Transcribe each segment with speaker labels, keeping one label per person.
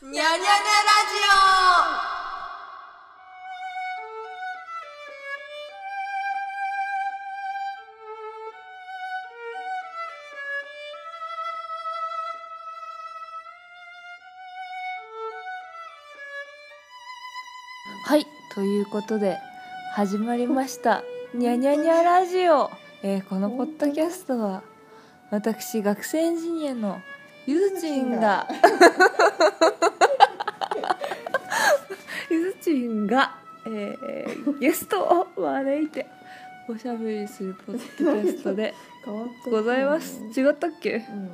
Speaker 1: にゃにゃにゃラ
Speaker 2: はいということで始まりました「にゃにゃにゃラジオ」えーこのポッドキャストは私学生エンジニアのゆずちんがゆずちんが、えーゲストを招いておしゃべりするポッドキャストで
Speaker 1: ジオ変わった
Speaker 2: ございます
Speaker 1: う
Speaker 2: 違ったっけ
Speaker 1: ん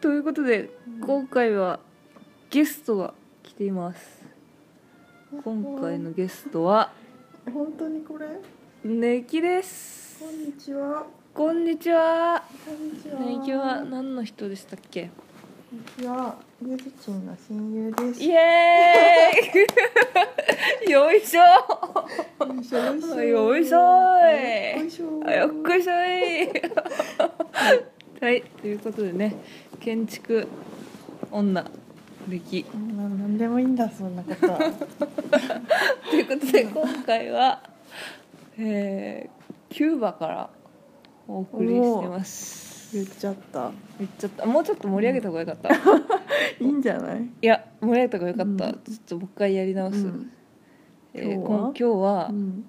Speaker 2: ということで今回はゲストが来ています今回のゲストは
Speaker 1: 本当にこれ
Speaker 2: ねきです
Speaker 1: こんにちは
Speaker 2: こんにちは
Speaker 1: こんにちは
Speaker 2: ねきは何の人でしたっけ
Speaker 1: こんにちはゆずちんの親友です
Speaker 2: イエーイ よいしょ
Speaker 1: よいしょ
Speaker 2: よいしょ
Speaker 1: よいしょ
Speaker 2: あよっこいしょ いはいということでね建築女歴
Speaker 1: ななんでもいいんだそんなことは
Speaker 2: ということで今回は、えーキューバからお送りしてます
Speaker 1: 言っちゃった
Speaker 2: めっちゃもうちょっと盛り上げた方が良かった、い
Speaker 1: いいんじゃない
Speaker 2: や盛り上げた方が良かった、
Speaker 1: うん
Speaker 2: ちょっともう一回やり直す、
Speaker 1: うん
Speaker 2: え
Speaker 1: 今
Speaker 2: ー
Speaker 1: 日は
Speaker 2: この今日は
Speaker 1: うん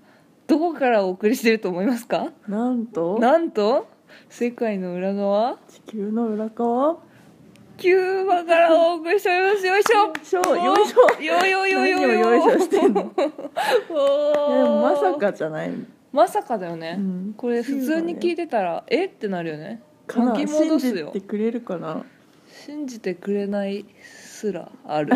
Speaker 2: どこからお送りしてると思いますか
Speaker 1: なんと
Speaker 2: なんと世界の裏側
Speaker 1: 地球の裏側
Speaker 2: キューバからお送りしておりますよいしょ
Speaker 1: よいしょよいしょ
Speaker 2: よいよいよいよ
Speaker 1: 何をよいしょして んの
Speaker 2: おー
Speaker 1: でもまさかじゃない、
Speaker 2: まさかだよね、
Speaker 1: うん
Speaker 2: これ普通に聞いてたらえってなるよね
Speaker 1: かな
Speaker 2: 巻き
Speaker 1: 信
Speaker 2: 戻
Speaker 1: じ
Speaker 2: すよ
Speaker 1: てくれるかな
Speaker 2: 信じてくれないすら ある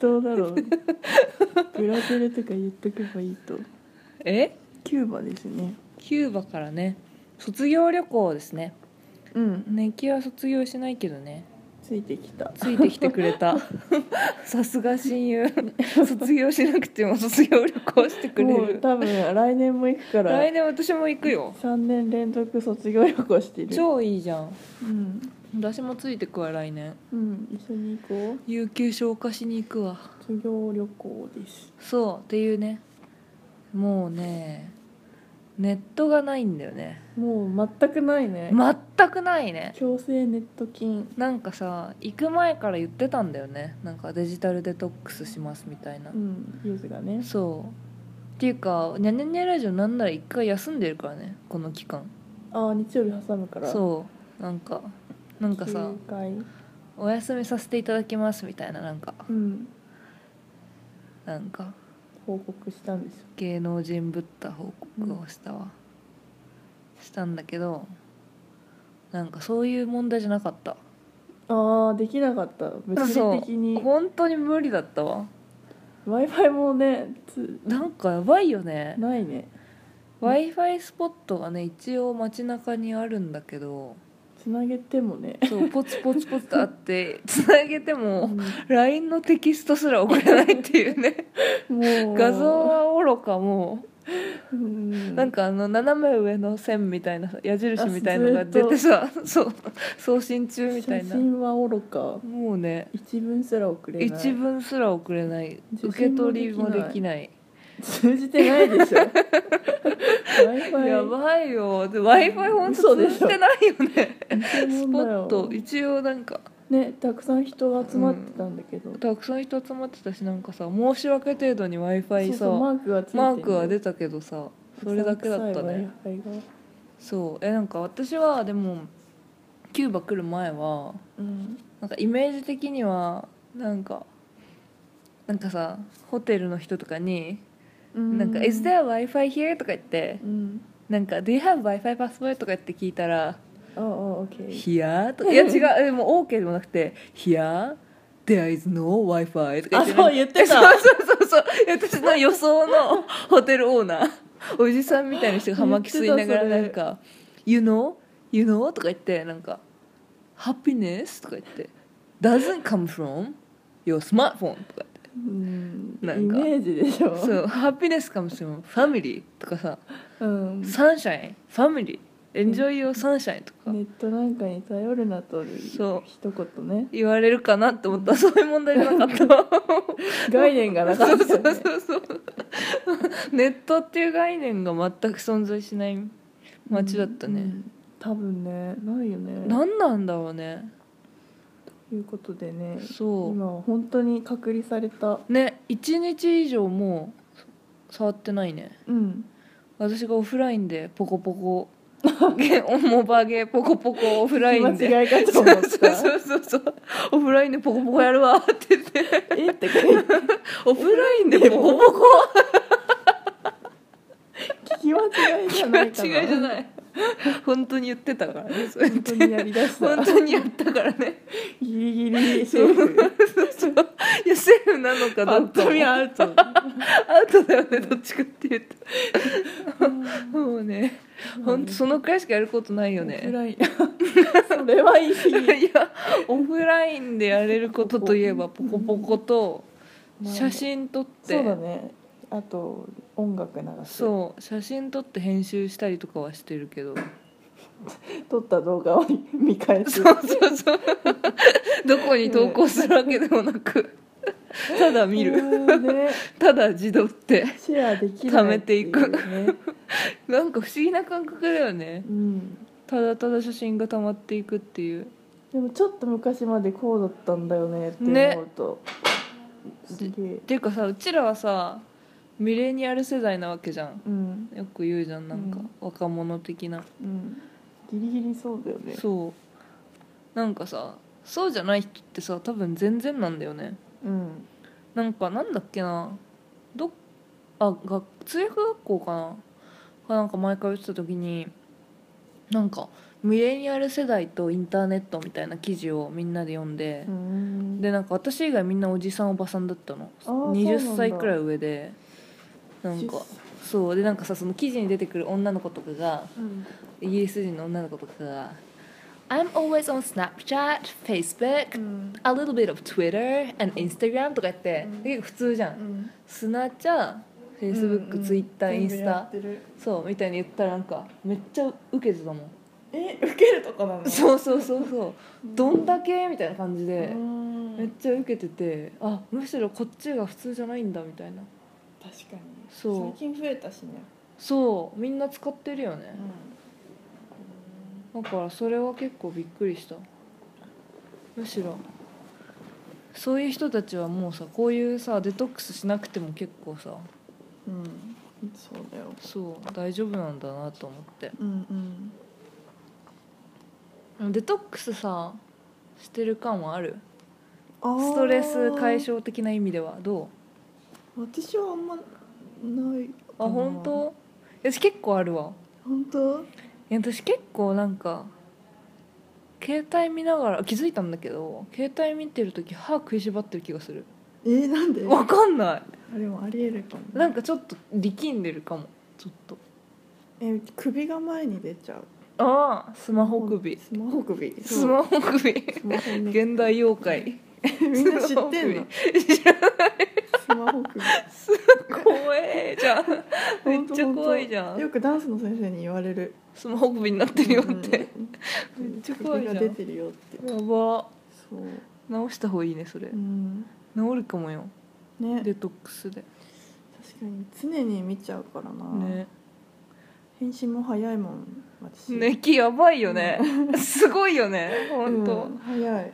Speaker 1: どうだろう ブラジルとか言っとけばいいと
Speaker 2: え
Speaker 1: キューバですね
Speaker 2: キューバからね卒業旅行ですね
Speaker 1: うん
Speaker 2: ねきは卒業しないけどね
Speaker 1: ついてきた
Speaker 2: ついてきてくれ たさすが親友卒業しなくても卒業旅行してく
Speaker 1: も
Speaker 2: れ
Speaker 1: う
Speaker 2: る
Speaker 1: 多分来年も行くから
Speaker 2: 来年私も行くよ
Speaker 1: 3年連続卒業旅行してる
Speaker 2: 超いいじゃん
Speaker 1: うん、
Speaker 2: 私もついてくわ来年
Speaker 1: うん、一緒に行こう
Speaker 2: 有給消化しに行くわ
Speaker 1: 卒業旅行です
Speaker 2: そうっていうねもうねネットがないんだよね
Speaker 1: もう全くないね、
Speaker 2: 全くないね
Speaker 1: 強制ネット金
Speaker 2: なんかさ行く前から言ってたんだよねなんかデジタルデトックスしますみたいな、
Speaker 1: うんユーズがね
Speaker 2: そうっていうか「ニャニャニャラジオ」なんなら一回休んでるからねこの期間
Speaker 1: ああ日曜日挟むから
Speaker 2: そうなんかなんかさ
Speaker 1: 9回
Speaker 2: 「お休みさせていただきます」みたいななんか
Speaker 1: うん
Speaker 2: なんか
Speaker 1: 報告したんですよ
Speaker 2: 芸能人ぶった報告をしたわ、したんだけどなんかそういう問題じゃなかった
Speaker 1: ああできなかった物理的に
Speaker 2: 本当に無理だったわ
Speaker 1: w i f i もねつ
Speaker 2: なんかやばいよね
Speaker 1: ないね
Speaker 2: w i f i スポットがね一応街中にあるんだけど
Speaker 1: つなげてもね
Speaker 2: そうポツポツポツとあって つなげて
Speaker 1: う
Speaker 2: も
Speaker 1: ん
Speaker 2: LINE のテキストすら送れないっていうね
Speaker 1: もう
Speaker 2: 画像はおろかもう
Speaker 1: な
Speaker 2: なんかあの斜め上の線みたいな矢印みたいのが
Speaker 1: あずっ
Speaker 2: 出
Speaker 1: と
Speaker 2: てさそう送信中みた
Speaker 1: 写
Speaker 2: いな
Speaker 1: 真はおろか
Speaker 2: もうね
Speaker 1: 一文すら送れない
Speaker 2: 一文すら送れない
Speaker 1: 受信も
Speaker 2: 受け取りもできない
Speaker 1: 通じてないでしょ w i f i
Speaker 2: やばいよで w i f i 本当
Speaker 1: 嘘
Speaker 2: 通
Speaker 1: でしょ
Speaker 2: じてないよねス
Speaker 1: ス
Speaker 2: ポット一応なんか
Speaker 1: ねたくさん人が集まってたんだけど、
Speaker 2: たくさん人集まってたしなんかさ申し訳程度に w i f
Speaker 1: そ
Speaker 2: i
Speaker 1: う
Speaker 2: さ
Speaker 1: そうマークがついて
Speaker 2: マークは出
Speaker 1: て
Speaker 2: たけどさそれだけだったね
Speaker 1: w i f i が
Speaker 2: そうえなんか私はでもキューバ来る前は
Speaker 1: うん
Speaker 2: なんかイメージ的にはなんかなんかさホテルの人とかに
Speaker 1: う
Speaker 2: 「
Speaker 1: ん
Speaker 2: なんか Is there Wi-Fi here?」とか言って
Speaker 1: うん
Speaker 2: なんか「Do you have Wi-Fi password?」とかって聞いたら
Speaker 1: ああ
Speaker 2: 「
Speaker 1: OK
Speaker 2: ヒヤー」といや違うでも OK でもなくて「ヒヤー There is no Wi-Fi」とか言って
Speaker 1: あそう言ってた
Speaker 2: なんかそうそうそうそう私の予想の ホテルオーナーおじさんみたいな人が葉巻吸いながらな
Speaker 1: 言
Speaker 2: ん
Speaker 1: ってた
Speaker 2: か「You know? You know?」とか言ってなんか「Happiness?」とか言って「Doesn't come from your smartphone」とか
Speaker 1: うん
Speaker 2: なんか
Speaker 1: イメージでしょ
Speaker 2: そう「Happiness comes from family」とかさ
Speaker 1: うん
Speaker 2: サンシャイン、ファミリー、エンジョイをサンシャインとか
Speaker 1: ネットなんかに頼るなという
Speaker 2: そう
Speaker 1: 一言ね
Speaker 2: 言われるかなって思ったらそういう問題じゃなかった
Speaker 1: 概念がなかったよ
Speaker 2: そう
Speaker 1: ね
Speaker 2: そうそうそうネットっていう概念が全く存在しない街だった
Speaker 1: う
Speaker 2: ね、
Speaker 1: ん多分ねないよね
Speaker 2: なん、何なんだろうね
Speaker 1: ということでね
Speaker 2: そ
Speaker 1: 今は本当に隔離された
Speaker 2: うね1日以上もう触ってないね
Speaker 1: うん
Speaker 2: 私がオフラインでポコポ コゲモバゲポコポコオフラインで
Speaker 1: 間違いかと
Speaker 2: そう
Speaker 1: 思っ
Speaker 2: そう
Speaker 1: た
Speaker 2: そうそうそうオフラインでポコポコやるわって言って
Speaker 1: えって書いて
Speaker 2: オフラインでポコポコ
Speaker 1: 聞き間違いじゃないかな
Speaker 2: 違いじゃない本当に言ってたからねそうやっ
Speaker 1: 本
Speaker 2: て
Speaker 1: 当にやりだした
Speaker 2: 本当にやったからね
Speaker 1: ギリギリセーフ
Speaker 2: いやセーフなのか
Speaker 1: パッ
Speaker 2: どうか
Speaker 1: と
Speaker 2: も
Speaker 1: 見
Speaker 2: ア
Speaker 1: アウト
Speaker 2: ウトだよねどっちかっていうともうね本当そのくらいしかやることないよ
Speaker 1: オフ
Speaker 2: ね
Speaker 1: ラインそれは 言い過
Speaker 2: い
Speaker 1: ぎ
Speaker 2: やオフラインでやれることといえばポコポコと
Speaker 1: まあ
Speaker 2: 写真撮っ
Speaker 1: そうだ
Speaker 2: て
Speaker 1: ねあと音楽流す
Speaker 2: そう写真撮って編集したりとかはしてるけど
Speaker 1: 撮った動画を見返す
Speaker 2: そうそうそうどこに投稿するわけでもなくただ見る
Speaker 1: うんね
Speaker 2: ただ自撮って
Speaker 1: シェアできないっていうね
Speaker 2: 貯めなんか不思議な感覚だよね
Speaker 1: うん
Speaker 2: ただただ写真が溜まっていくっていう
Speaker 1: でもちょっと昔までこうだったんだよねって思うと、すげえ
Speaker 2: っていうかさうちらはさミレニアル世代なわけじゃん
Speaker 1: うん
Speaker 2: よく言うじゃんなんか、
Speaker 1: うん
Speaker 2: 若者的な、
Speaker 1: うんギリギリそうだよね
Speaker 2: そうなんかさそうじゃない人ってさ多分全然なんだよね
Speaker 1: うん
Speaker 2: なんかなんだっけなどっあが通訳学校かなかなんか毎回言ってた時になんかミレニアル世代とインターネットみたいな記事をみんなで読んで、
Speaker 1: うん
Speaker 2: でなんか私以外みんなおじさんおばさんだったの
Speaker 1: あーそうな
Speaker 2: 20
Speaker 1: んだ
Speaker 2: 歳くらい上でなんかそうでなんかさその記事に出てくる女の子とかが
Speaker 1: うん
Speaker 2: イギリス人の女の子とかが「I'm always on Snapchat, Facebook,
Speaker 1: うん
Speaker 2: a little bit of Twitter and Instagram」とか言って、
Speaker 1: うん
Speaker 2: で結構普通じゃん、
Speaker 1: うん
Speaker 2: スナチャ Facebook、
Speaker 1: うんうん
Speaker 2: Twitter インス
Speaker 1: 全部や
Speaker 2: タ
Speaker 1: ってる
Speaker 2: そうみたいに言ったらなんかめっちゃウケてたもん
Speaker 1: え受けるとこなの
Speaker 2: そうそうそうそうどんだけみたいな感じ
Speaker 1: う
Speaker 2: で、
Speaker 1: ん
Speaker 2: めっちゃ受けててあむしろこっちが普通じゃないんだみたいな
Speaker 1: 確かに
Speaker 2: そう
Speaker 1: 最近増えたしね
Speaker 2: そうみんな使ってるよね
Speaker 1: う、ん
Speaker 2: だからそれは結構びっくりしたむしろそういう人たちはもうさこういうさデトックスしなくても結構さ
Speaker 1: うんそうだよ
Speaker 2: そう大丈夫なんだなと思って
Speaker 1: うんうん
Speaker 2: デトックスさしてる感はある
Speaker 1: あー
Speaker 2: ストレス解消的な意味ではど
Speaker 1: 私はあんまないう
Speaker 2: あ本当いや私結構あるわ
Speaker 1: 本当
Speaker 2: いや私結構なんか携帯見ながら気づいたんだけど携帯見てる時歯食いしばってる気がする
Speaker 1: えー、なんで
Speaker 2: わかんな
Speaker 1: あれもありえるかも
Speaker 2: いなんかちょっと力んでるかもちょっと
Speaker 1: え首が前に出ちゃう
Speaker 2: ああスマホ首
Speaker 1: スマホ首
Speaker 2: スマホ首
Speaker 1: そうスマホね
Speaker 2: 現代妖怪
Speaker 1: みんな知ってんのスマホ首
Speaker 2: 怖えじゃんめっちゃ怖いじ
Speaker 1: ほ
Speaker 2: ゃ
Speaker 1: とほとよ
Speaker 2: ん
Speaker 1: くダンスの先生に言われる
Speaker 2: スマホ首になってるよって
Speaker 1: うんうん
Speaker 2: めっちゃ怖いじゃん
Speaker 1: 首が出てるよって
Speaker 2: やば
Speaker 1: そう
Speaker 2: 直した方がいいねそれ
Speaker 1: うん
Speaker 2: 治るかもよ
Speaker 1: ね
Speaker 2: デトックスで
Speaker 1: 確かに常に見ちゃうからな、
Speaker 2: ね
Speaker 1: 返信も早いもん私
Speaker 2: ねきやばいよねすごいよね本当、
Speaker 1: うん早い、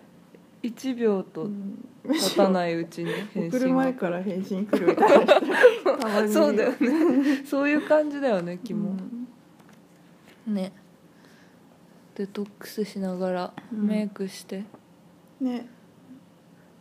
Speaker 2: 1秒
Speaker 1: う
Speaker 2: と
Speaker 1: ん、
Speaker 2: 経たないう ちに返
Speaker 1: 送る
Speaker 2: 信が
Speaker 1: 前から返信来るみたいな人たまにいるよ
Speaker 2: そうだよ ねそういう感じだよね気
Speaker 1: う
Speaker 2: も、
Speaker 1: ん
Speaker 2: ねデトックスしながら
Speaker 1: うん
Speaker 2: メイクして、
Speaker 1: ね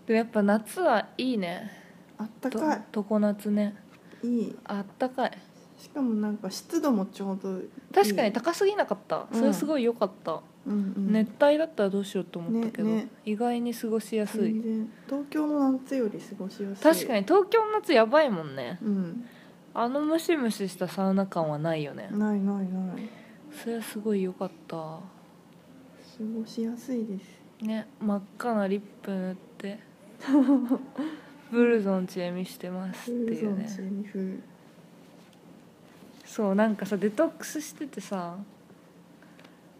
Speaker 2: でやっぱ夏はいいね
Speaker 1: あったか
Speaker 2: と常夏ね
Speaker 1: いいい
Speaker 2: あったかい
Speaker 1: しかもなんか湿度もちょうどいい
Speaker 2: 確かに高すぎなかった、
Speaker 1: うん
Speaker 2: それすごい良かった、
Speaker 1: うんうん
Speaker 2: 熱帯だったらどうしようと思ったけど、
Speaker 1: ねね
Speaker 2: 意外に過ごしやすい
Speaker 1: 全然東京の夏より過ごしやすい
Speaker 2: 確かに東京の夏やばいもんね
Speaker 1: うん
Speaker 2: あのムシムシしたサウナ感はないよね、
Speaker 1: ないないない
Speaker 2: それはすごい良かった
Speaker 1: 過ごしやすいです
Speaker 2: ね真っ赤なリップ塗ってブルゾンちえみしてます
Speaker 1: フ
Speaker 2: って
Speaker 1: ル
Speaker 2: い
Speaker 1: ゾ
Speaker 2: う
Speaker 1: ン
Speaker 2: ね
Speaker 1: チェミ風
Speaker 2: そうなんかさデトックスしててさ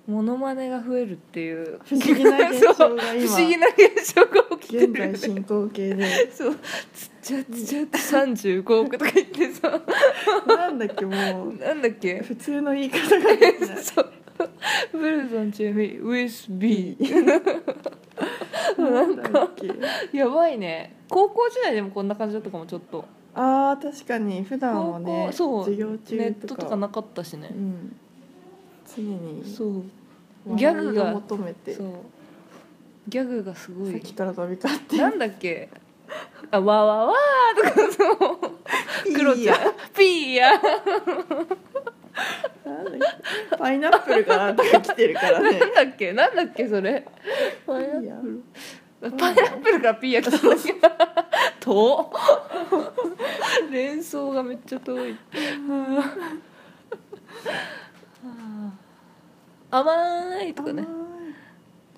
Speaker 2: モノマネが増えるっていう
Speaker 1: 不思議な 現象が
Speaker 2: 不
Speaker 1: 今
Speaker 2: 思議な現象が起きて
Speaker 1: 現
Speaker 2: る
Speaker 1: 在進行形で
Speaker 2: そうつっちゃつっちゃって35億とか言ってさ
Speaker 1: なんだっけも う
Speaker 2: なんだっけ
Speaker 1: 普通の言い方ができない
Speaker 2: そうブルゾンチェミウィスビ
Speaker 1: なんだっけ
Speaker 2: ーやばいね高校時代でもこんな感じだったかもちょっと
Speaker 1: あー確かに普段はね
Speaker 2: 高校そう
Speaker 1: 授業中
Speaker 2: ネットとかなかったしね
Speaker 1: うん、常に
Speaker 2: そうギ
Speaker 1: ギ
Speaker 2: ャ
Speaker 1: ャ
Speaker 2: グ
Speaker 1: グ
Speaker 2: が
Speaker 1: を求めて
Speaker 2: そ
Speaker 1: さ
Speaker 2: うギャグがすご
Speaker 1: っ
Speaker 2: い
Speaker 1: きから飛び交って
Speaker 2: なんだっけあわわわーとかそうクロ
Speaker 1: いい
Speaker 2: ちゃん
Speaker 1: や
Speaker 2: ピーヤー
Speaker 1: なんだっけパイナップルからとか来てるから ね
Speaker 2: なんだっけなんだっけそれパイナ
Speaker 1: いいや
Speaker 2: ッパイナップルからピーヤー来たんだけど遠っ連想がめっちゃ遠い甘ーいとかね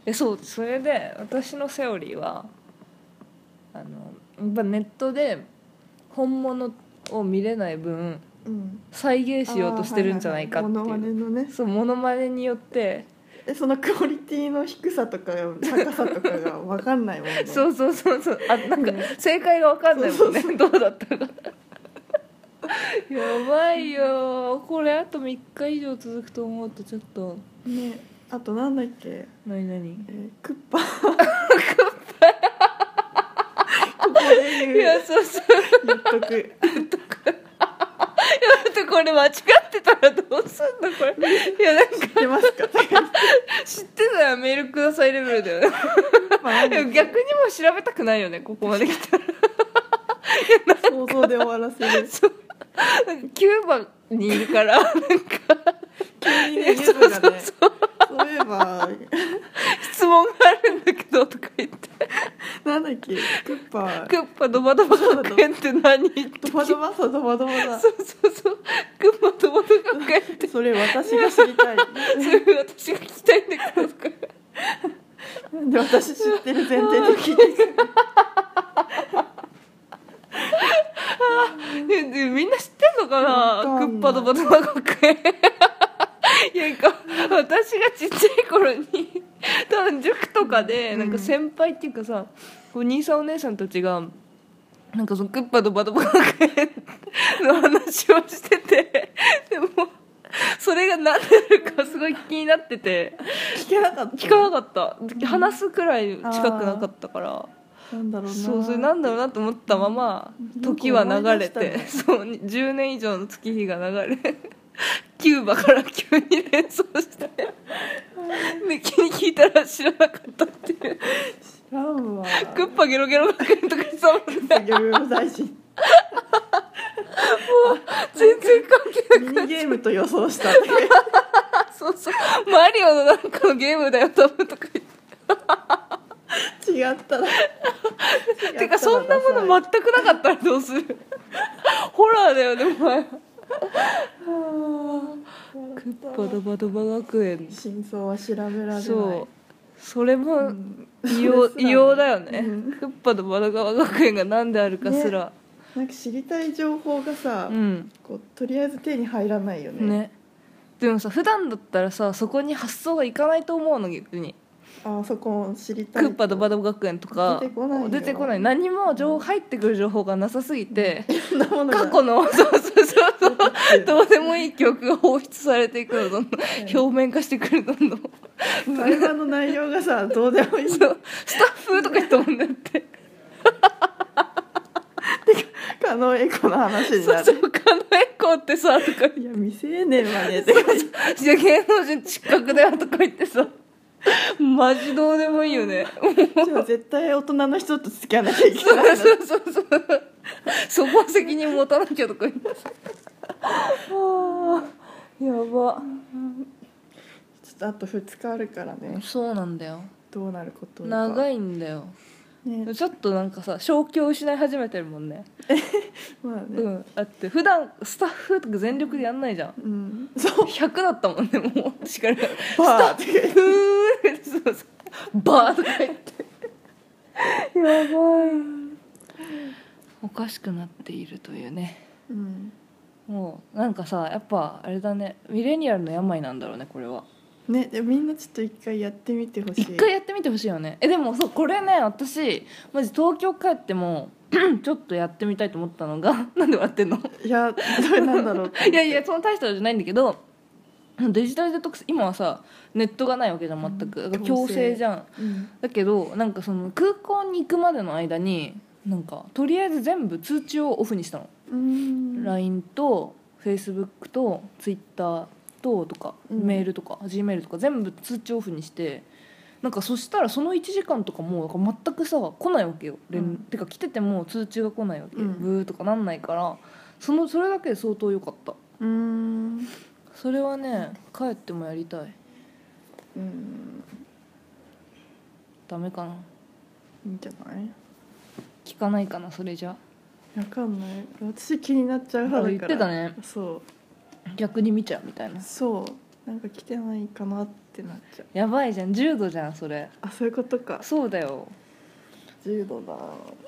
Speaker 2: えそうそれで私のセオリーはあのやっぱネットで本物を見れない分
Speaker 1: うん
Speaker 2: 再現しようとしてるんじゃないかっていう、
Speaker 1: あーはははモノマネのね
Speaker 2: そうモノマネによって
Speaker 1: えそのクオリティの低さとか高さとかが分かんないもんね
Speaker 2: そううそうそうそうあなんか正解が分かんないもんねどうだったかやばいよこれあと3日以上続くと思うとちょっと
Speaker 1: ねあとなんだっけ、
Speaker 2: 何何
Speaker 1: えークッ パクッパ ここで言
Speaker 2: い
Speaker 1: う
Speaker 2: やそうそう
Speaker 1: 言っとく
Speaker 2: だってこれ間違ってたらどうすんのこれいやなんか
Speaker 1: 知ってますか
Speaker 2: 知ってたらメールくださいレベルだよね
Speaker 1: まあ
Speaker 2: でも 逆にもう調べたくないよねここまで来たら
Speaker 1: 想像で終わらせる
Speaker 2: キューバにいるからなんか
Speaker 1: 急にねゆずがねそういえば
Speaker 2: 質問があるんだけどとか言って
Speaker 1: なんだっけクッパー
Speaker 2: クッパドバドバ学園って何
Speaker 1: ドバドバさドバドバだ
Speaker 2: そうそうそうクッパドバドバ学園って
Speaker 1: それ私が知りたい
Speaker 2: それ私が聞きたいんだけどとか
Speaker 1: なんで私知ってる前提で聞いてくる
Speaker 2: ででみんな知ってんのかな
Speaker 1: わかんない
Speaker 2: クッパドバドバ学園いやなんか私がちっちゃい頃に 多分塾とかで
Speaker 1: うん
Speaker 2: なんか先輩っていうかさ、こう兄さんお姉さんたちがなんかそのクッパドバドバ学園の話をしててでもそれが何なのかすごい気になってて
Speaker 1: 聞けなかった
Speaker 2: 聞かなかった話すくらい近くなかったから。
Speaker 1: なんだろうな
Speaker 2: そうそれなんだろうなと思ったまま時は流
Speaker 1: な
Speaker 2: れて、
Speaker 1: んか思い出
Speaker 2: そう10年以上の月日が流れ キューバから急に連想してで 気に聞いたら知らなかったって いう
Speaker 1: 知らんわ
Speaker 2: クッパゲロゲロ学園とかにそう
Speaker 1: 漁業大臣
Speaker 2: 全然関係
Speaker 1: ミ
Speaker 2: なく
Speaker 1: ニゲームと予想した
Speaker 2: そうそうマリオのなんかのゲームだよ多分とか言っ
Speaker 1: 違ったら
Speaker 2: ててかそんなもの全くなかったらどうする ホラーだよねお前クッパドバドバ学園
Speaker 1: 真相は調べられない
Speaker 2: そうそれも、
Speaker 1: ん
Speaker 2: 異様
Speaker 1: それすらね
Speaker 2: 異様だよね、
Speaker 1: うん
Speaker 2: クッパと窓川学園が何であるかすら、
Speaker 1: なんか知りたい情報がさ、
Speaker 2: うん
Speaker 1: こうとりあえず手に入らないよね
Speaker 2: ねでもさ普段だったらさそこに発想がいかないと思うの逆に
Speaker 1: あそこを知りたい
Speaker 2: クッパとバド学園とか
Speaker 1: 出てこないよ
Speaker 2: 出てこない何も情報入ってくる情報がなさすぎて、
Speaker 1: そんなものが
Speaker 2: 過去のそうそうそうそう
Speaker 1: って
Speaker 2: どうでもいい記憶が放出されていくのどんどん表面化してくるどんどん
Speaker 1: 会話の内容がさどうでもいい
Speaker 2: そうスタッフとか言ったもんだって
Speaker 1: 可能エコの話に
Speaker 2: そ
Speaker 1: な
Speaker 2: う
Speaker 1: る
Speaker 2: そう狩野英孝ってさとか
Speaker 1: いや未成年はねって
Speaker 2: じゃあ芸能人失格だよとか言ってさマジどうでもいいよね
Speaker 1: じゃあ絶対大人の人と付き合わなきゃいけ ない
Speaker 2: そうそうそうそこは責任持たなきゃとか言ってさあーや
Speaker 1: ちょっとあと2日あるからね
Speaker 2: ばそうなんだよ
Speaker 1: どうなることか
Speaker 2: 長
Speaker 1: い、
Speaker 2: いんだよ
Speaker 1: ね
Speaker 2: ちょっとなんかさ正気を失い始めてるもんね
Speaker 1: まあね
Speaker 2: う、んだって普段スタッフとか全力でやんないじゃん
Speaker 1: うん、そう
Speaker 2: 100だったもんねもうしかる
Speaker 1: バーって
Speaker 2: ふーってそうそうバーとか言ってやばいおかしくなっているというね
Speaker 1: うん
Speaker 2: もうなんかさやっぱあれだねミレニアルの病なんだろうねこれは
Speaker 1: ねでみんなちょっと一回やってみてほしい
Speaker 2: 一回やってみてほしいよねえでもそうこれね私マジ東京帰っても ちょっとやってみたいと思ったのが なんで笑ってんの
Speaker 1: いやそれなんだ ろうと思って
Speaker 2: いやいやその大したことじゃないんだけどデジタルデトックス今はさネットがないわけじゃん全く、
Speaker 1: うん
Speaker 2: だから強制じゃん
Speaker 1: うん
Speaker 2: だけどなんかその空港に行くまでの間になんかとりあえず全部通知をオフにしたの、
Speaker 1: うん
Speaker 2: LINE と Facebook と Twitter ととか、
Speaker 1: うん
Speaker 2: メールとか Gmail とか全部通知オフにしてなんかそしたらその1時間とかもうなんか全くさ来ないわけよ、連
Speaker 1: うん
Speaker 2: てか来てても通知が来ないわけ、
Speaker 1: うん
Speaker 2: ブーとかなんないからそのそれだけで相当良かった
Speaker 1: うん
Speaker 2: それはね帰ってもやりたい
Speaker 1: うん
Speaker 2: ダメかない
Speaker 1: いんじゃない
Speaker 2: 聞かないかなそれじゃ
Speaker 1: わかんない私気になっちゃう
Speaker 2: あ
Speaker 1: 派
Speaker 2: 言
Speaker 1: だ
Speaker 2: っ
Speaker 1: から
Speaker 2: てたね
Speaker 1: そ
Speaker 2: 逆に見ちゃうみたいな
Speaker 1: うそうなんか来てないかなってなっちゃう
Speaker 2: やばいじゃん重度じゃんそれ
Speaker 1: あそういうことか
Speaker 2: そうだよ
Speaker 1: 重度だ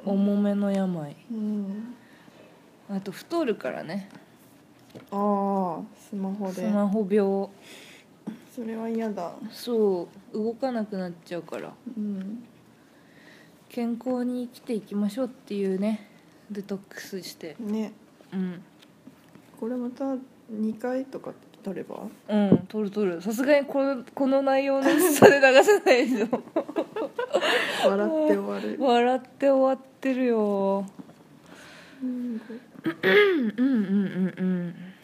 Speaker 2: 重めの病
Speaker 1: うん
Speaker 2: あと太るからね
Speaker 1: ああスマホ
Speaker 2: ス
Speaker 1: で
Speaker 2: マホ病
Speaker 1: それは嫌だ
Speaker 2: そう動かなくなっちゃうから
Speaker 1: うん
Speaker 2: 健康に生きていきましょうっていうねデトックスして
Speaker 1: ね
Speaker 2: うん
Speaker 1: これまた2回とか取れば
Speaker 2: うん取る取るさすがにこのこの内容の薄さで流せないでしょ
Speaker 1: 笑って終わる
Speaker 2: 笑って終わってるよ
Speaker 1: うん
Speaker 2: うんうんうん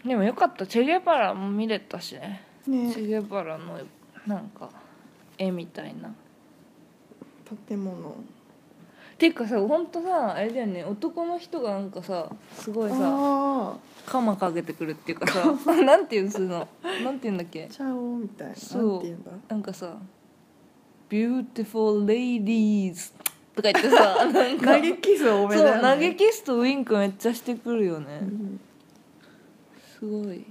Speaker 2: うんでもよかったチェゲパラも見れたしねチェ
Speaker 1: ね
Speaker 2: ゲパラのなんか絵みたいな
Speaker 1: 建物
Speaker 2: ていうかさほんとさあれだよね男の人がなんかさすごいさ
Speaker 1: あ
Speaker 2: 鎌かけてくるっていうかさ なんていうのそういうのなんていうんだっけ
Speaker 1: あチャオみたいな
Speaker 2: そう
Speaker 1: なんていうんだ
Speaker 2: なんかさ「Beautiful Ladies」とか言って さなんか
Speaker 1: 投げキス多めだ
Speaker 2: そ
Speaker 1: よ
Speaker 2: う
Speaker 1: ね
Speaker 2: 投げキスとウインクめっちゃしてくるよね、
Speaker 1: うん
Speaker 2: すごい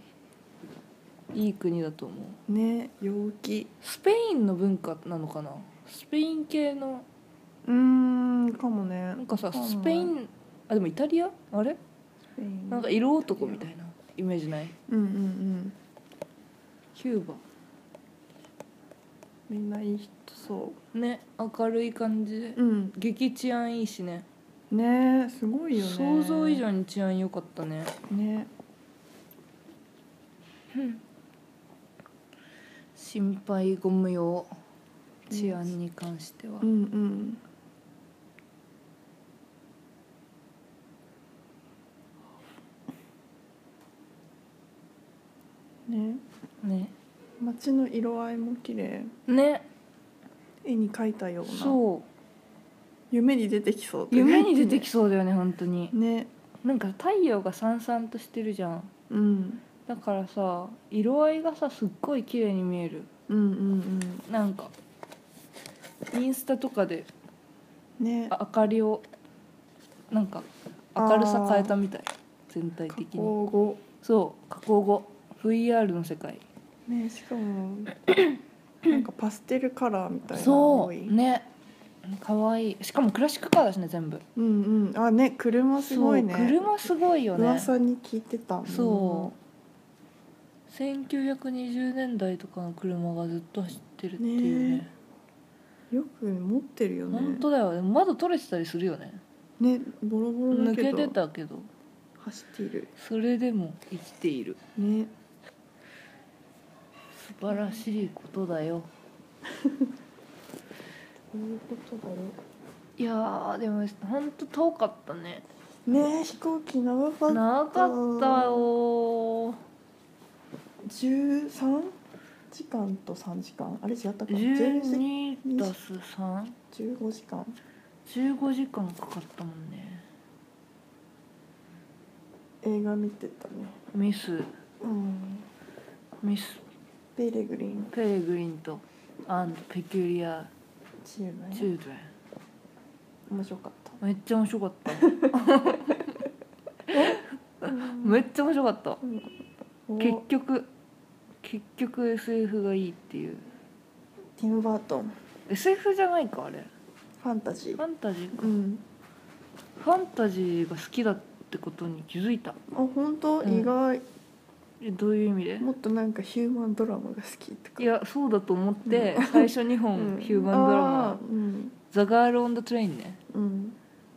Speaker 2: いい国だと思う
Speaker 1: ね陽気
Speaker 2: スペインの文化なのかなスペイン系の
Speaker 1: うーんかもね
Speaker 2: なんかさ
Speaker 1: うん
Speaker 2: スペインあでもイタリアあれ
Speaker 1: な
Speaker 2: なんか色男みたいなイメージない
Speaker 1: うんうんうん
Speaker 2: キューバ
Speaker 1: みんないい人そ
Speaker 2: ね明るい感じで
Speaker 1: ううん
Speaker 2: 激治安いいしね
Speaker 1: ねえすごいよね
Speaker 2: 想像以上に治安良かったね
Speaker 1: ね
Speaker 2: 心配ご無用治安に関しては、
Speaker 1: うんうんね
Speaker 2: ね
Speaker 1: 街の色合いも綺麗
Speaker 2: ね
Speaker 1: 絵に描いたような
Speaker 2: そう
Speaker 1: 夢に出てきそう
Speaker 2: 夢に出てきそうだよね本当に
Speaker 1: ね
Speaker 2: なんか太陽がさんさんとしてるじゃん
Speaker 1: うん
Speaker 2: だからさ色合いがさすっごい綺麗に見える
Speaker 1: うんうん
Speaker 2: なんかインスタとかで
Speaker 1: うんね
Speaker 2: あ明かりをなんか明るさ変えたみたい全体
Speaker 1: 加
Speaker 2: 的に
Speaker 1: 工後
Speaker 2: そう加工後 VR の世界
Speaker 1: ねしか もなんかパステルカラーみたいなの
Speaker 2: そ
Speaker 1: 多いう
Speaker 2: ねかわいいしかもクラシックカーだしね全部
Speaker 1: うんうんあね車すごいね
Speaker 2: そう車すごいよね
Speaker 1: 噂に聞いてた
Speaker 2: そう1920年代とかの車がずっと走ってるっていうね
Speaker 1: ねうんよく持ってるよね
Speaker 2: 本当だよね窓取れてたりするよね
Speaker 1: ねボロボロだ
Speaker 2: 抜
Speaker 1: け
Speaker 2: け
Speaker 1: ど
Speaker 2: てたけど
Speaker 1: 走っている
Speaker 2: それでも生きている
Speaker 1: ね
Speaker 2: 素晴らしいことだよ
Speaker 1: そういうことだよ
Speaker 2: いやーでも本当遠かったね
Speaker 1: ね飛行機長かった
Speaker 2: 長かったよー
Speaker 1: 13時間と3時間あれ違ったか12
Speaker 2: 12足す
Speaker 1: 15時間
Speaker 2: 3?15 時間かかったもんね
Speaker 1: 映画見てたね
Speaker 2: ミス
Speaker 1: うん
Speaker 2: ミス
Speaker 1: ペレグリン
Speaker 2: ペレグリンとアンドペキュリア
Speaker 1: チーム
Speaker 2: チ
Speaker 1: ね
Speaker 2: ュードレ
Speaker 1: 面白かった
Speaker 2: ンめっちゃ面白 かった
Speaker 1: うん
Speaker 2: めっちゃ面白かった
Speaker 1: お
Speaker 2: 結局結局 SF がいいっていう
Speaker 1: ティム・バートン
Speaker 2: SF じゃないかあれ
Speaker 1: ファンタジ
Speaker 2: フ
Speaker 1: ー
Speaker 2: ァンタジーか
Speaker 1: うん
Speaker 2: ファンタジーが好きだってことに気づいた
Speaker 1: あ本当、
Speaker 2: うん
Speaker 1: 意外
Speaker 2: えどういう意味で
Speaker 1: もっとなんかヒューマンドラマが好きとか
Speaker 2: いやそうだと思って最初2
Speaker 1: うん
Speaker 2: 本ヒューマンドラ
Speaker 1: あ
Speaker 2: マ
Speaker 1: ーうん
Speaker 2: 「ザ・ガール・オン・ザ・トレイン」ね
Speaker 1: うん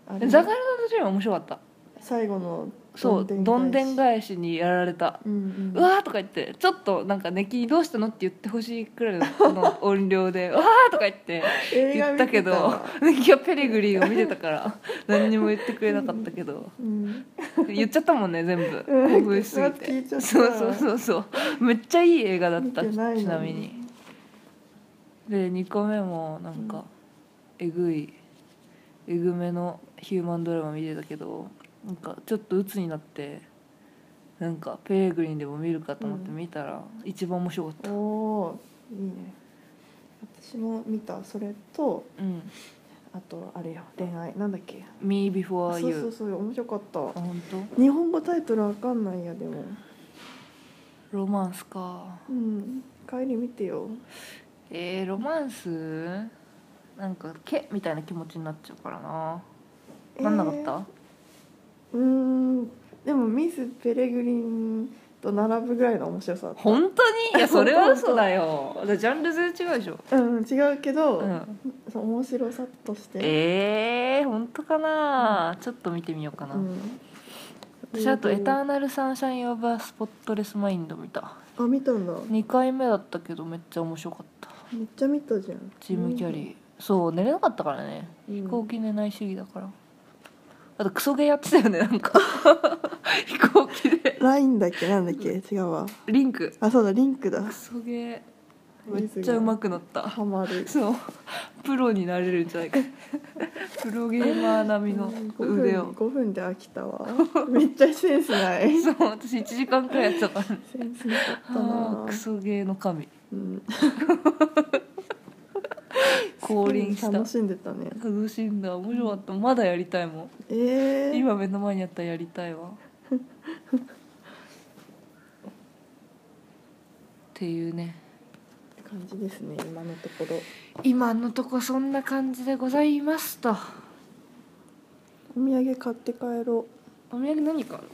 Speaker 1: あ
Speaker 2: え
Speaker 1: れ
Speaker 2: ザ・ガール・オン・ザ・トレインは面白かった
Speaker 1: 最後の
Speaker 2: そうどんでん
Speaker 1: し
Speaker 2: 返しにやられた
Speaker 1: うんう
Speaker 2: う
Speaker 1: ん
Speaker 2: わーとか言ってちょっとなんか「ネキにどうしたの?」って言ってほしいくらい の音量で「うわー」とか言って
Speaker 1: 映画
Speaker 2: 言っ
Speaker 1: 見
Speaker 2: た
Speaker 1: て
Speaker 2: けど
Speaker 1: わ
Speaker 2: ネキはペレグリーを見てた から何にも言ってくれなかったけど
Speaker 1: うん
Speaker 2: 言っちゃったもんね全部
Speaker 1: うん
Speaker 2: 興奮しすぎ
Speaker 1: 聞いちゃ
Speaker 2: て
Speaker 1: った
Speaker 2: そうそうそうそうめっちゃいい映画だった
Speaker 1: 見て
Speaker 2: ち
Speaker 1: ないのに
Speaker 2: なみにで2個目もなんかえぐいえぐめのヒューマンドラマ見てたけどなんかちょっと鬱になってなんかペレグリンでも見るかと思って
Speaker 1: うん
Speaker 2: 見たら一番面白か
Speaker 1: お
Speaker 2: った
Speaker 1: おーいいね私も見たそれと
Speaker 2: うん
Speaker 1: あとあれよ恋愛なんだっけ
Speaker 2: 「Me
Speaker 1: そう
Speaker 2: Before
Speaker 1: そう
Speaker 2: You
Speaker 1: そう面白かっ」
Speaker 2: あ
Speaker 1: た
Speaker 2: 本
Speaker 1: 日本語タイトルわかんないやでも
Speaker 2: 当ロマンスか
Speaker 1: うん帰り見てよ
Speaker 2: えー、ロマンスなんか「け」みたいな気持ちになっちゃうからななんなかった、
Speaker 1: えーうーんでもミス・ペレグリンと並ぶぐらいの面白さだった
Speaker 2: 本当にいやそれは嘘だよだジャンル全然違うでしょ、
Speaker 1: うん違うけど、
Speaker 2: うん、
Speaker 1: その面白さとして
Speaker 2: えー、本当かな、ちょっと見てみようかな、
Speaker 1: うん
Speaker 2: 私あと「エターナルサンシャイン・オブ・ア・スポットレス・マインド」見た
Speaker 1: あ見たんだ
Speaker 2: 2回目だったけどめっちゃ面白かった
Speaker 1: めっちゃ見たじゃん
Speaker 2: ジム・キャリー、そう寝れなかったからね
Speaker 1: うん
Speaker 2: 飛行機寝ない主義だからあとクソゲーやってたよねなんか飛行機で
Speaker 1: ラインだっけなんだっけ違うわ
Speaker 2: リンク
Speaker 1: あそうだリンクだ
Speaker 2: クソゲーめっちゃうまくなった
Speaker 1: ハマる
Speaker 2: そうプロになれるんじゃないかプロゲーマー並みの
Speaker 1: 5
Speaker 2: 腕
Speaker 1: 分
Speaker 2: を
Speaker 1: 5分で飽きた わめっちゃセンスないセ
Speaker 2: そう私1時間くらいやってたからね
Speaker 1: ンスなかった
Speaker 2: あ
Speaker 1: な
Speaker 2: ークソゲーの神
Speaker 1: うん
Speaker 2: 降臨した
Speaker 1: 楽しんでたね
Speaker 2: 楽しんだ面白かったまだやりたいもん
Speaker 1: えー、
Speaker 2: 今目の前にあったらやりたいわっていうね
Speaker 1: 感じですね今のところ
Speaker 2: 今のとこそんな感じでございますと
Speaker 1: お土産買って帰ろ
Speaker 2: お土産何かある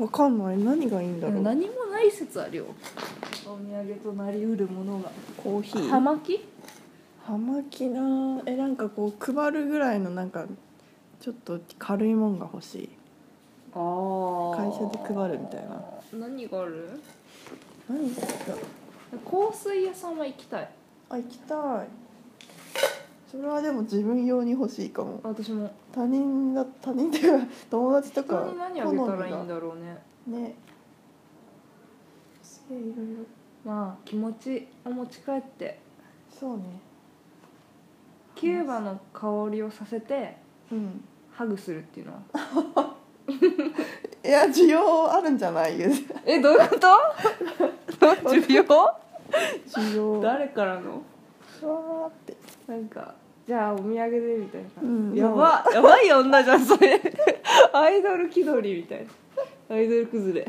Speaker 1: うわかんない何がいいんだろう
Speaker 2: 何もない説あるよお土産となりうるものが
Speaker 1: コーヒ
Speaker 2: 葉
Speaker 1: ー
Speaker 2: 巻
Speaker 1: 葉巻なえなんかこう配るぐらいのなんかちょっと軽いもんが欲しい
Speaker 2: ああ
Speaker 1: 会社で配るみたいな
Speaker 2: 何がある
Speaker 1: 何か
Speaker 2: 香水屋さんは行きたい
Speaker 1: あ行きたいそれはでも自分用に欲しいかも
Speaker 2: 私も
Speaker 1: 他人だ他人っていうか 友達と
Speaker 2: 人
Speaker 1: か
Speaker 2: に何あげたらいい
Speaker 1: 好
Speaker 2: ん
Speaker 1: みが
Speaker 2: だろうね
Speaker 1: ねすげえいろいろ
Speaker 2: まあ気持ちを持ち帰って
Speaker 1: そうね
Speaker 2: キューバの香りをさせて
Speaker 1: うん
Speaker 2: ハグするっていうのは
Speaker 1: いや需要あるんじゃない
Speaker 2: えどういうこと 需要
Speaker 1: 需要わ
Speaker 2: 誰からの
Speaker 1: ーって
Speaker 2: なんかじゃあお土産でみたいな、
Speaker 1: うん
Speaker 2: やばやばい女じゃんそれ アイドル気取りみたいなアイドル崩れ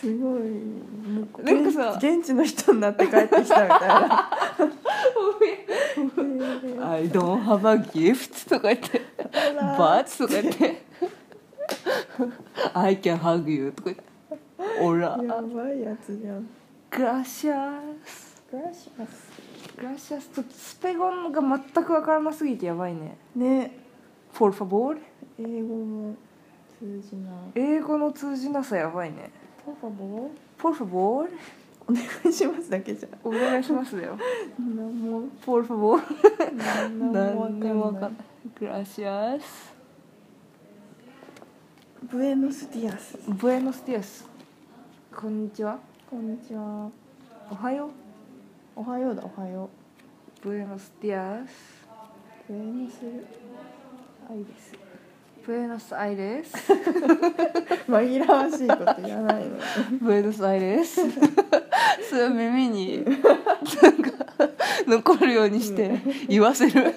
Speaker 1: すごいもう
Speaker 2: なんかさ
Speaker 1: 現現地の人になって帰ってきたみたい な
Speaker 2: 「I don't have a gift」とか言って「バーチ」とか言 って「I can hug you」とか言って「オラ
Speaker 1: やばいやつじゃん
Speaker 2: グラシャス
Speaker 1: グラシャス」
Speaker 2: 「グラシャス」とスペゴンが全くわからなすぎてやばいね
Speaker 1: ね
Speaker 2: 「フォルファボール
Speaker 1: 英語も通じない」
Speaker 2: 英語の通じなさやばいね
Speaker 1: パパボ
Speaker 2: 「フォルファボール
Speaker 1: お願いしますだけじゃ」
Speaker 2: お願いしますだよ
Speaker 1: 何も
Speaker 2: 「フォルファボール」
Speaker 1: 何
Speaker 2: 何にもわかん
Speaker 1: い
Speaker 2: ない「グラシアス」
Speaker 1: ブエノスディアス
Speaker 2: 「ブエノスティアス」「こんにちは」
Speaker 1: こんにちは
Speaker 2: 「おはよう」
Speaker 1: おはようだおはよ
Speaker 2: 「ブエノスティアス」
Speaker 1: うブエノスアイです
Speaker 2: ブエノスアイ レス。
Speaker 1: 紛らわしいこと言わないの
Speaker 2: ブエノスアイ レス。それを耳に。なんか。残るようにして。言わせる。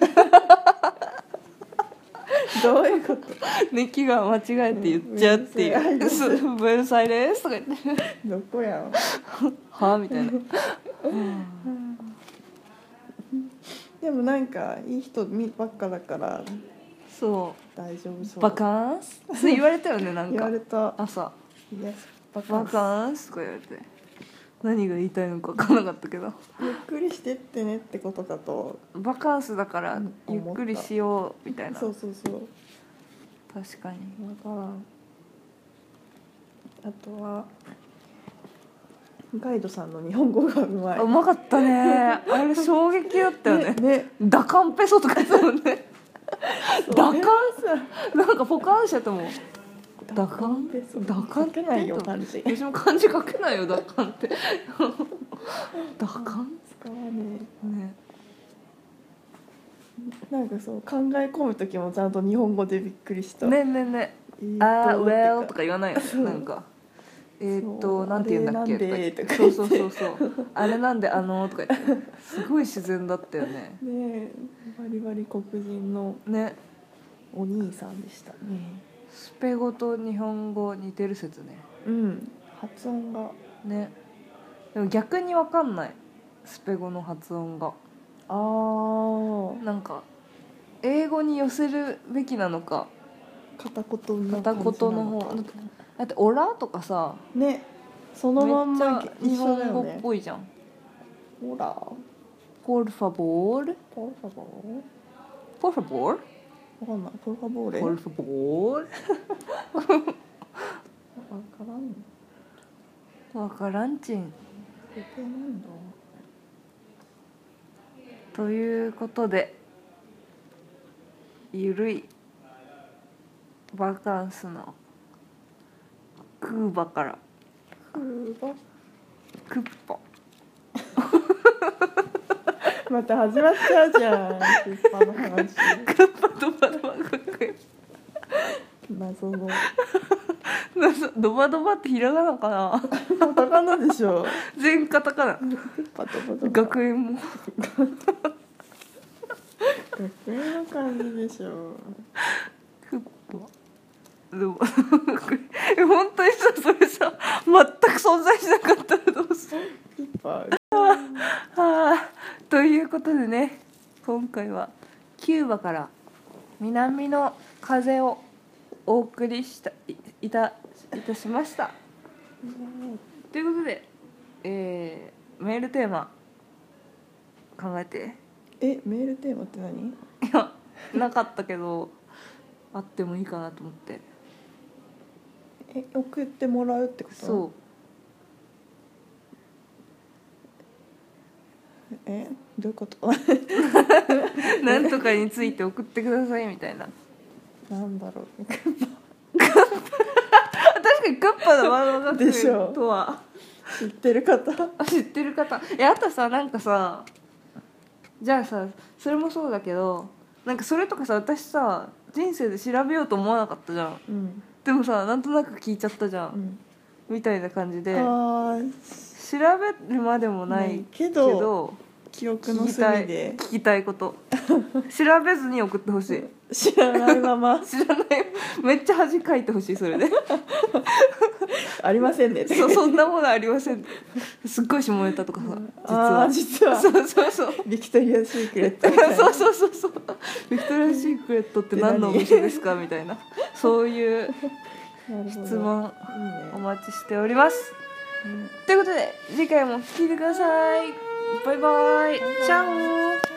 Speaker 1: どういうこと
Speaker 2: ネキが間違えて言っちゃうっていう。そうブエノスアイレスとか言って。
Speaker 1: どこやん
Speaker 2: はみたいな。
Speaker 1: でもなんかいい人みばっかだから
Speaker 2: そ
Speaker 1: 大丈夫そう
Speaker 2: う。バカンス。そう言われたよね、なん
Speaker 1: 言わ
Speaker 2: か
Speaker 1: れ。た
Speaker 2: 朝。
Speaker 1: Yes バ
Speaker 2: バ
Speaker 1: カ
Speaker 2: カンスとか言われて何が言いたいのか分からなかったけど
Speaker 1: ゆっくりしてってねってことかと
Speaker 2: バカンスだから
Speaker 1: うん
Speaker 2: ゆっくりしようみたいな
Speaker 1: そうそうそう
Speaker 2: 確かに
Speaker 1: 分からんあとはガイドさんの日本語がうまいう
Speaker 2: まかったねあれ衝撃だったよね
Speaker 1: ね
Speaker 2: 「ダカンペソ」とか言ってたもんね
Speaker 1: そう
Speaker 2: ダカン
Speaker 1: ね
Speaker 2: なんかポカンしちゃったもんダカン
Speaker 1: ペソ
Speaker 2: ダカン
Speaker 1: 書けないよ漢字
Speaker 2: 私も漢字書けないよダカンってダカ
Speaker 1: 使わね
Speaker 2: ンね
Speaker 1: えなんかそう考え込む時もちゃんと日本語でびっくりした
Speaker 2: ねねね
Speaker 1: えーっと
Speaker 2: あー「
Speaker 1: っていう
Speaker 2: well」とか言わないよねなんかえーっ
Speaker 1: そ
Speaker 2: と
Speaker 1: う
Speaker 2: なんて言うんだっけ
Speaker 1: あれなんで
Speaker 2: と
Speaker 1: とか
Speaker 2: かそ
Speaker 1: 言
Speaker 2: う
Speaker 1: って
Speaker 2: そうそうそうあれなんであのとか言ってすごい自然だったよね
Speaker 1: ねえバリバリ黒人の
Speaker 2: ね
Speaker 1: お兄さんでしたね
Speaker 2: スペ語と日本語似てる説ね
Speaker 1: うん発音が
Speaker 2: ねでも逆にわかんないスペ語の発音が
Speaker 1: あー
Speaker 2: なんか英語に寄せるべきなのか
Speaker 1: 片言の
Speaker 2: 片言の方
Speaker 1: 感じなのか
Speaker 2: だって「オラ」とかさ
Speaker 1: ねそ
Speaker 2: め
Speaker 1: のまん
Speaker 2: っちゃ
Speaker 1: ま
Speaker 2: 日
Speaker 1: 一緒だ
Speaker 2: 本語
Speaker 1: よ
Speaker 2: っ
Speaker 1: ね
Speaker 2: ぽいじゃん
Speaker 1: ほら
Speaker 2: 「ポルファボール」
Speaker 1: ポルファボ
Speaker 2: 「ポルファボール」
Speaker 1: ーわかんないポルファボー
Speaker 2: 「
Speaker 1: レ
Speaker 2: ポルファボール
Speaker 1: わからん」
Speaker 2: わからんちん
Speaker 1: 余計なんだ
Speaker 2: ということでゆるいバカンスのクーバから
Speaker 1: クーバ
Speaker 2: クッパ
Speaker 1: また始まっちゃうじゃんクッパの話
Speaker 2: クッパドバドバ学園
Speaker 1: 謎の
Speaker 2: 謎ドバドバってひらがなかな
Speaker 1: カタカナでしょ
Speaker 2: 全カタカナ
Speaker 1: クッパとバと
Speaker 2: 学園も
Speaker 1: 学園の感じでしょ
Speaker 2: クッパドバえ 本当にさそれさ全く存在しなかったらどうする
Speaker 1: クッパ
Speaker 2: はあということでね今回はキューバから南の風をお送りしたいいたいたしましたということで、えーメールテーマ考えて
Speaker 1: えメールテーマって何
Speaker 2: いやなかったけどあってもいいかなと思って
Speaker 1: え送ってもらうってこと
Speaker 2: そう
Speaker 1: えどういうこと
Speaker 2: うなんとかについて送ってくださいみたいな
Speaker 1: なんだろう
Speaker 2: あ確かにクッパのワード学
Speaker 1: でしょ
Speaker 2: 園とは
Speaker 1: 知ってる方
Speaker 2: あ知ってる方えあとさなんかさじゃあさそれもそうだけどなんかそれとかさ私さ人生で調べようと思わなかったじゃん
Speaker 1: うん、
Speaker 2: でもさなんとなく聞いちゃったじゃ、
Speaker 1: うんん、
Speaker 2: みたいな感じで調
Speaker 1: ああ
Speaker 2: べるまでもない
Speaker 1: け
Speaker 2: け
Speaker 1: ど
Speaker 2: ど
Speaker 1: 記憶の
Speaker 2: 聞きた
Speaker 1: 隅
Speaker 2: い
Speaker 1: で
Speaker 2: 聞きたいこと調べずに送ってほしい
Speaker 1: 知らないまま
Speaker 2: 知らないめっちゃ恥かいてほしいそ れで
Speaker 1: ありませんねって
Speaker 2: そそんなものありませんすっごい下ネタとか
Speaker 1: あ
Speaker 2: さ
Speaker 1: ー実は
Speaker 2: 実はそうそうそう
Speaker 1: ビクトリア・シークレットみたいな
Speaker 2: そうそうそうそうビクトリア・シークレットって何のお店ですかみたいなそういう
Speaker 1: なるほど
Speaker 2: 質問
Speaker 1: いい
Speaker 2: お
Speaker 1: ね
Speaker 2: 待ちしておりますということで次回も聞いてくださいバイバイチャオ